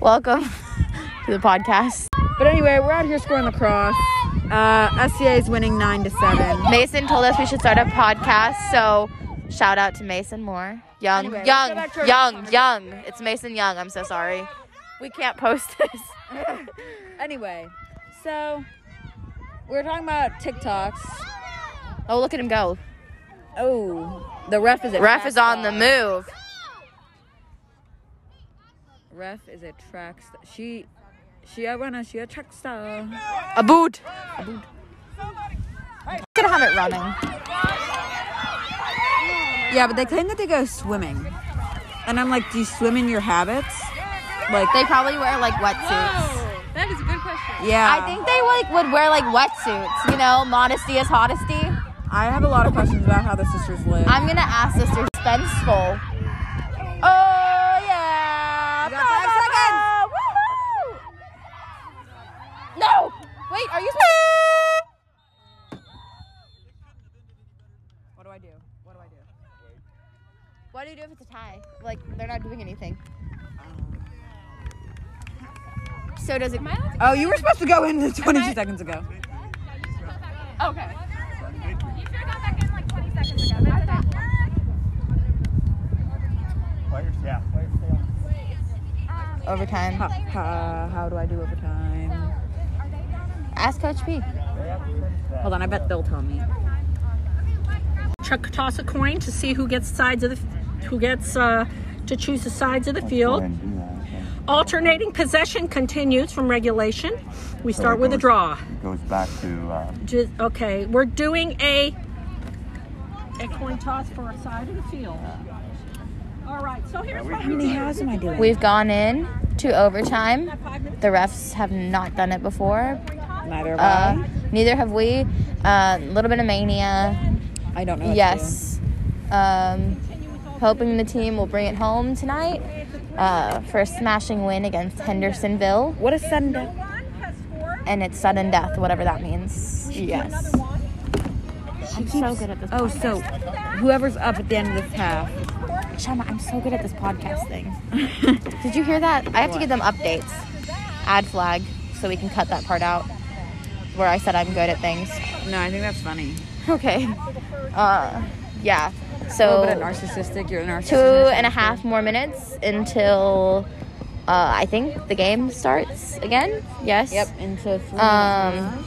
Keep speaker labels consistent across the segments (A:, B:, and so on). A: Welcome to the podcast.
B: But anyway, we're out here scoring lacrosse. Uh, SCA is winning nine to seven.
A: Mason told us we should start a podcast, so shout out to Mason Moore. Young,
B: Anyway, let's go
A: young,
B: back to our
A: young,
B: conversation.
A: young. It's Mason Young. I'm so sorry. We can't post this.
B: Anyway, so we were talking about TikToks.
A: Oh, look at him go.
B: Oh, the ref is a
A: Ref
B: track
A: is on the
B: star.
A: move.
B: Ref is a track star. She, she a runner. She a track star.
A: A boot. Look at how it running.
B: Yeah, but they claim that they go swimming, and I'm like, do you swim in your habits? Like,
A: They probably wear like wetsuits.
C: That is a good question.
B: yeah.
A: I think they like would wear like wetsuits. You know, modesty is hottesty.
B: I have a lot of questions about how the sisters live.
A: I'm gonna ask Sister Suspenseful. Oh yeah!
B: You got five seconds.
A: Woohoo! No! Wait, are you supposed
B: what do I do? What do I do?
A: What do you do if it's a tie? Like they're not doing anything. So does it
B: Oh, you were supposed to go in 22 seconds ago.
C: Okay. You should have gone back in like 20 seconds ago.
D: Players, yeah. Players stay on.
A: overtime?
B: How, how, how do I do overtime?
A: Ask Coach P.
D: They have to finish that.
B: Hold on, I bet they'll tell me.
E: Chuck toss a coin to see who gets sides of the who gets uh, to choose the sides of the field.
D: And do that, okay.
E: Alternating possession continues from regulation. We start with a draw.
D: It goes back to uh,
E: Ju- Okay, we're doing a a coin toss for a side of the field. All right, so here's what
B: How many hows am I doing?
A: We've gone in to overtime. The refs have not done it before.
B: Neither of
A: Uh, neither have we. A little bit of mania.
B: I don't know. what to
A: Yes. Um, hoping the team will bring it home tonight uh, for a smashing win against Hendersonville.
B: do. What a sudden death.
A: And it's sudden death, whatever that means. Yes. I'm so good at this.
B: Oh, so whoever's up at the end of this half.
A: Shama, I'm so good at this podcast thing. Did you hear that? I have to give them updates. Ad flag, so we can cut that part out where I said I'm good at things.
B: No, I think that's funny.
A: Okay. Uh, yeah.
B: Oh,
A: So
B: but a narcissistic. You're a narcissist.
A: two and a half more minutes until uh, I think the game starts again. Yes.
B: Yep, into three.
A: Um,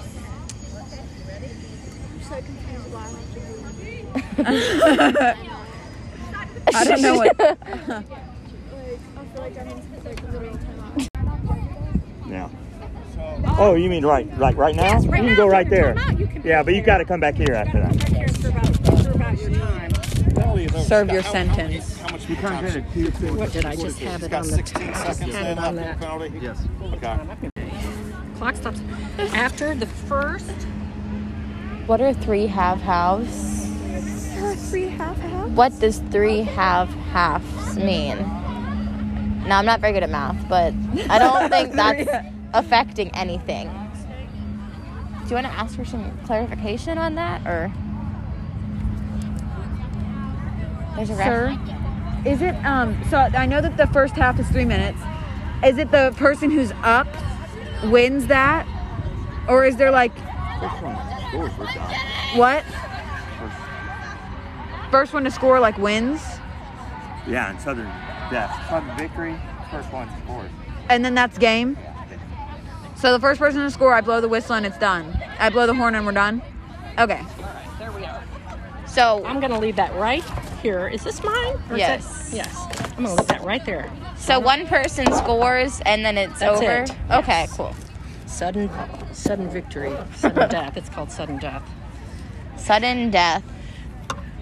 B: I don't know what.
D: now. Oh, you mean right, like right now? you can go right there. yeah, but you got to come back here after that.
B: Serve your sentence.
F: You can't get it. What did I just have it on the top? Had it on that. Yes. Okay.
E: clock stops. After the first
A: what are three half halves? Three half halves. What does three half halves mean? Now I'm not very good at math, but I don't think that's affecting anything. Do you want to ask for some clarification on that, or? There's a ref.
B: Is it um? So I know that the first half is three minutes. Is it the person who's up wins that, or is there like what? First one to score like wins,
D: Yeah, and Southern Death. Southern Victory, first one scores.
B: and then that's game. So the first person to score, I blow the whistle and it's done. I blow the horn and we're done. Okay.
A: So
E: I'm gonna leave that right here. Is this mine? Or is that-
A: Yes.
E: yes. I'm gonna leave that right there.
B: Uh-huh.
A: So one person scores and then it's
E: That's
A: over.
E: it.
A: Okay, cool.
E: Sudden, sudden victory, sudden death. It's called sudden death.
A: Sudden death.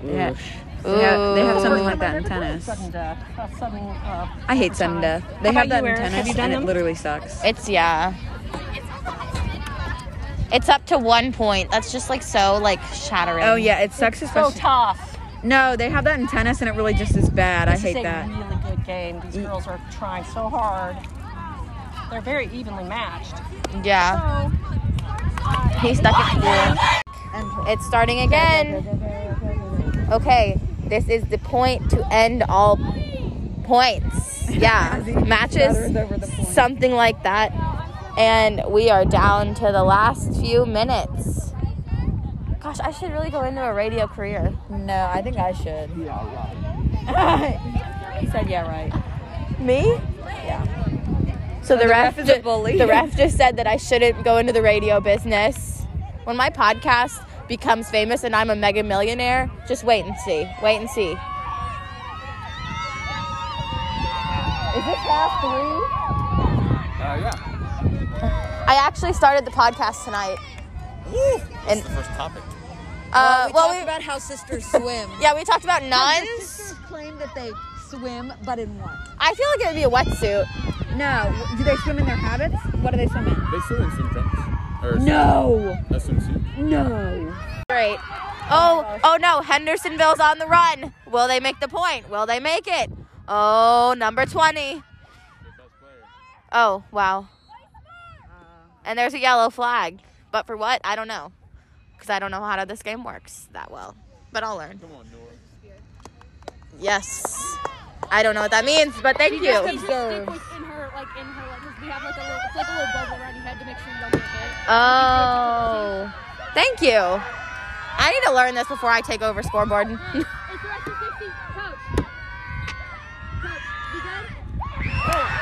B: Yeah. They have, they have something like that in tennis.
E: Sudden death. Uh, sudden. Uh,
B: I hate sudden death. They
E: How
B: have that
E: about you,
B: in
E: Erin? Have
B: tennis,
E: you done
B: and it
E: them?
B: literally sucks.
A: It's yeah. It's up to one point. That's just like so like shattering.
B: Oh yeah, it sucks.
E: so
B: Especially
E: tough.
B: no, they have that in tennis, and it really just is bad. I
E: This is
B: hate
E: a
B: that. E
E: really good game. These girls are trying so hard. They're very evenly matched.
A: Yeah.
E: So
A: He stuck it. It's starting again. Okay. This is the point to end all points. yeah, matches, something like that. And we are down to the last few minutes. Gosh, I should really go into a radio career.
B: No, I think I should. he said, yeah, right.
A: Me? Yeah. So, the, ref,
B: is a
A: ju-
B: bully.
A: the ref just said that I shouldn't go into the radio business. When my podcast becomes famous and I'm a mega millionaire, just wait and see. Wait and see. Is this half three?
F: Uh, yeah.
A: I actually started the podcast tonight.
F: That's the first topic.
A: Uh,
G: we
A: well,
G: talked
A: we-
G: about how sisters swim.
A: yeah, we talked about
B: Your
A: nuns.
B: sisters claim that they swim, but in what?
A: I feel like it would be a wetsuit.
B: No. Do they swim in their habits? What do they swim in?
F: They swim in swimsuits. Or
B: No.
F: A swimsuit.
B: No.
A: Great. Oh, oh no, Hendersonville's on the run. Will they make the point? Will they make it? Oh, number 20. Oh, wow. And there's a yellow flag. But for what? I don't know. Because I don't know how this game works that well. But I'll learn.
F: Come on, Nora.
A: Yes. I don't know what that means, but thank
C: You just couldn't
A: you.
C: stick with in her, like in her, like 'cause we have like a little, it's like a little bubble around your head to make sure you don't get hit.
A: Oh. Thank you. I need to learn this before I take over scoreboard.
C: It's the rest of 50. Coach. Coach, you good?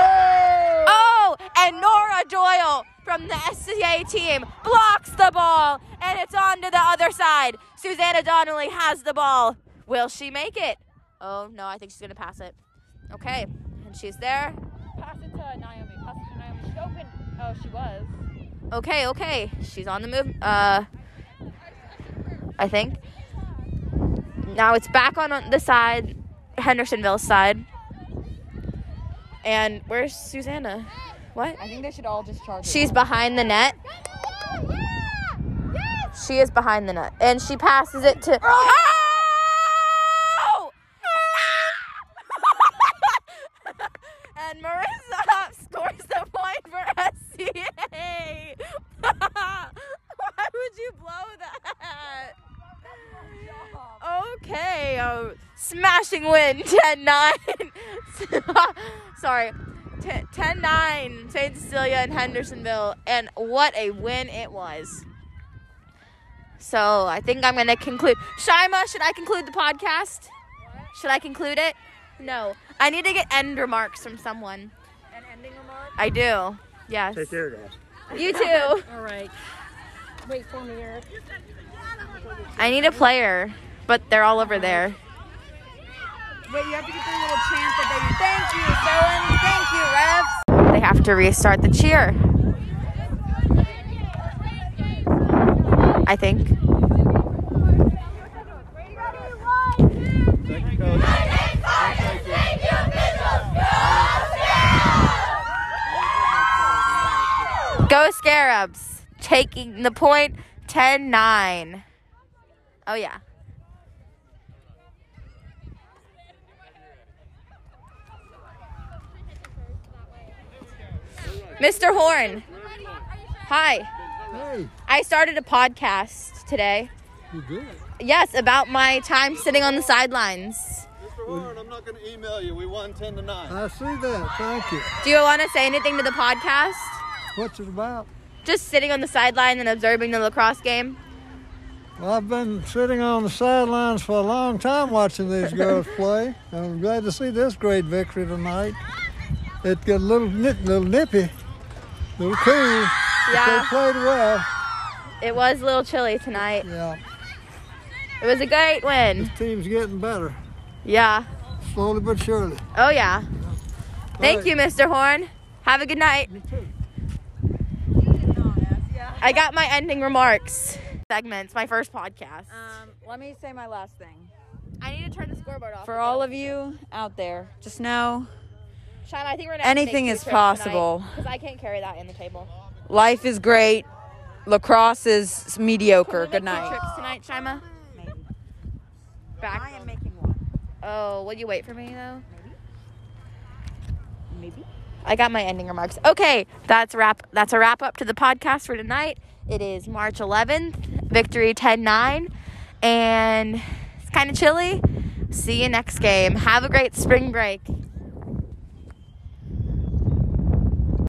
A: Oh, and Nora Doyle from the SCA team blocks the ball, and it's on to the other side. Susanna Donnelly has the ball. Will she make it? Oh, no, I think she's going to pass it. Okay, and she's there.
C: Pass it to Naomi. Pass it to Naomi. She opened. Oh, she was.
A: Okay, okay, she's on the move. Uh, I think. Now it's back on the side, Hendersonville's side. And where's Susanna? What?
B: I think they should all just charge.
A: She's behind the net. She is behind the net. And she passes it to. Ah! Oh! and Marissa Huff scores the point for SCA. Why would you blow that? Okay, um, smashing win 10 9. Sorry, 10 9, St. Cecilia and Hendersonville. And what a win it was. So I think I'm going to conclude. Shima, should I conclude the podcast? Should I conclude it? No. I need to get end remarks from someone.
E: An ending remark?
A: I do. Yes.
D: Take care, guys.
A: You too.
E: All right. Wait for me, Eric.
A: I need a player, but they're all over there.
B: Wait, you have to get the little chant that they Thank you, so and
A: They
B: thank you, refs.
A: have to restart the cheer. I think.
F: Thank you, coach. Thank you.
A: Go Scarabs, taking the point 10 9. Oh, yeah. Mr. Horn. Hi.
H: Hey,
A: I started a podcast today.
H: you good?
A: Yes, about my time sitting on the sidelines.
F: Mr. Warren, I'm not going to email you. We won 10 to 9.
H: I see that. Thank you.
A: Do you want to say anything to the podcast?
H: What's it about?
A: Just sitting on the sideline and observing the lacrosse game?
H: Well, I've been sitting on the sidelines for a long time watching these girls play. I'm glad to see this great victory tonight. It got a little nip, little nippy, little cool.
A: Yeah.
H: They played well.
A: It was a little chilly tonight.
H: Yeah.
A: It was a great win.
H: This team's getting better,
A: Yeah.
H: slowly but surely.
A: Oh, yeah. Thank
H: Alright.
A: you, Mr. Horn. Have a good night. I got my ending remarks. Segments, my first podcast.
B: Um, let me say my last thing.
A: I need to turn the scoreboard off.
B: For all of you out there, just know
A: Sean, I think we're gonna
B: Anything is possible.
A: Because I can't carry that in the table.
B: life is great. Lacrosse is
A: Can we
B: mediocre. Good
A: make two
B: night.
A: trips tonight, Shima. Back.
B: making one.
A: Oh, will you wait for me though?
B: Maybe.
A: I got my ending remarks. Okay, that's wrap. That's a wrap up to the podcast for tonight. It is March 11th, victory 10-9, and it's kind of chilly. See you next game. Have a great spring break.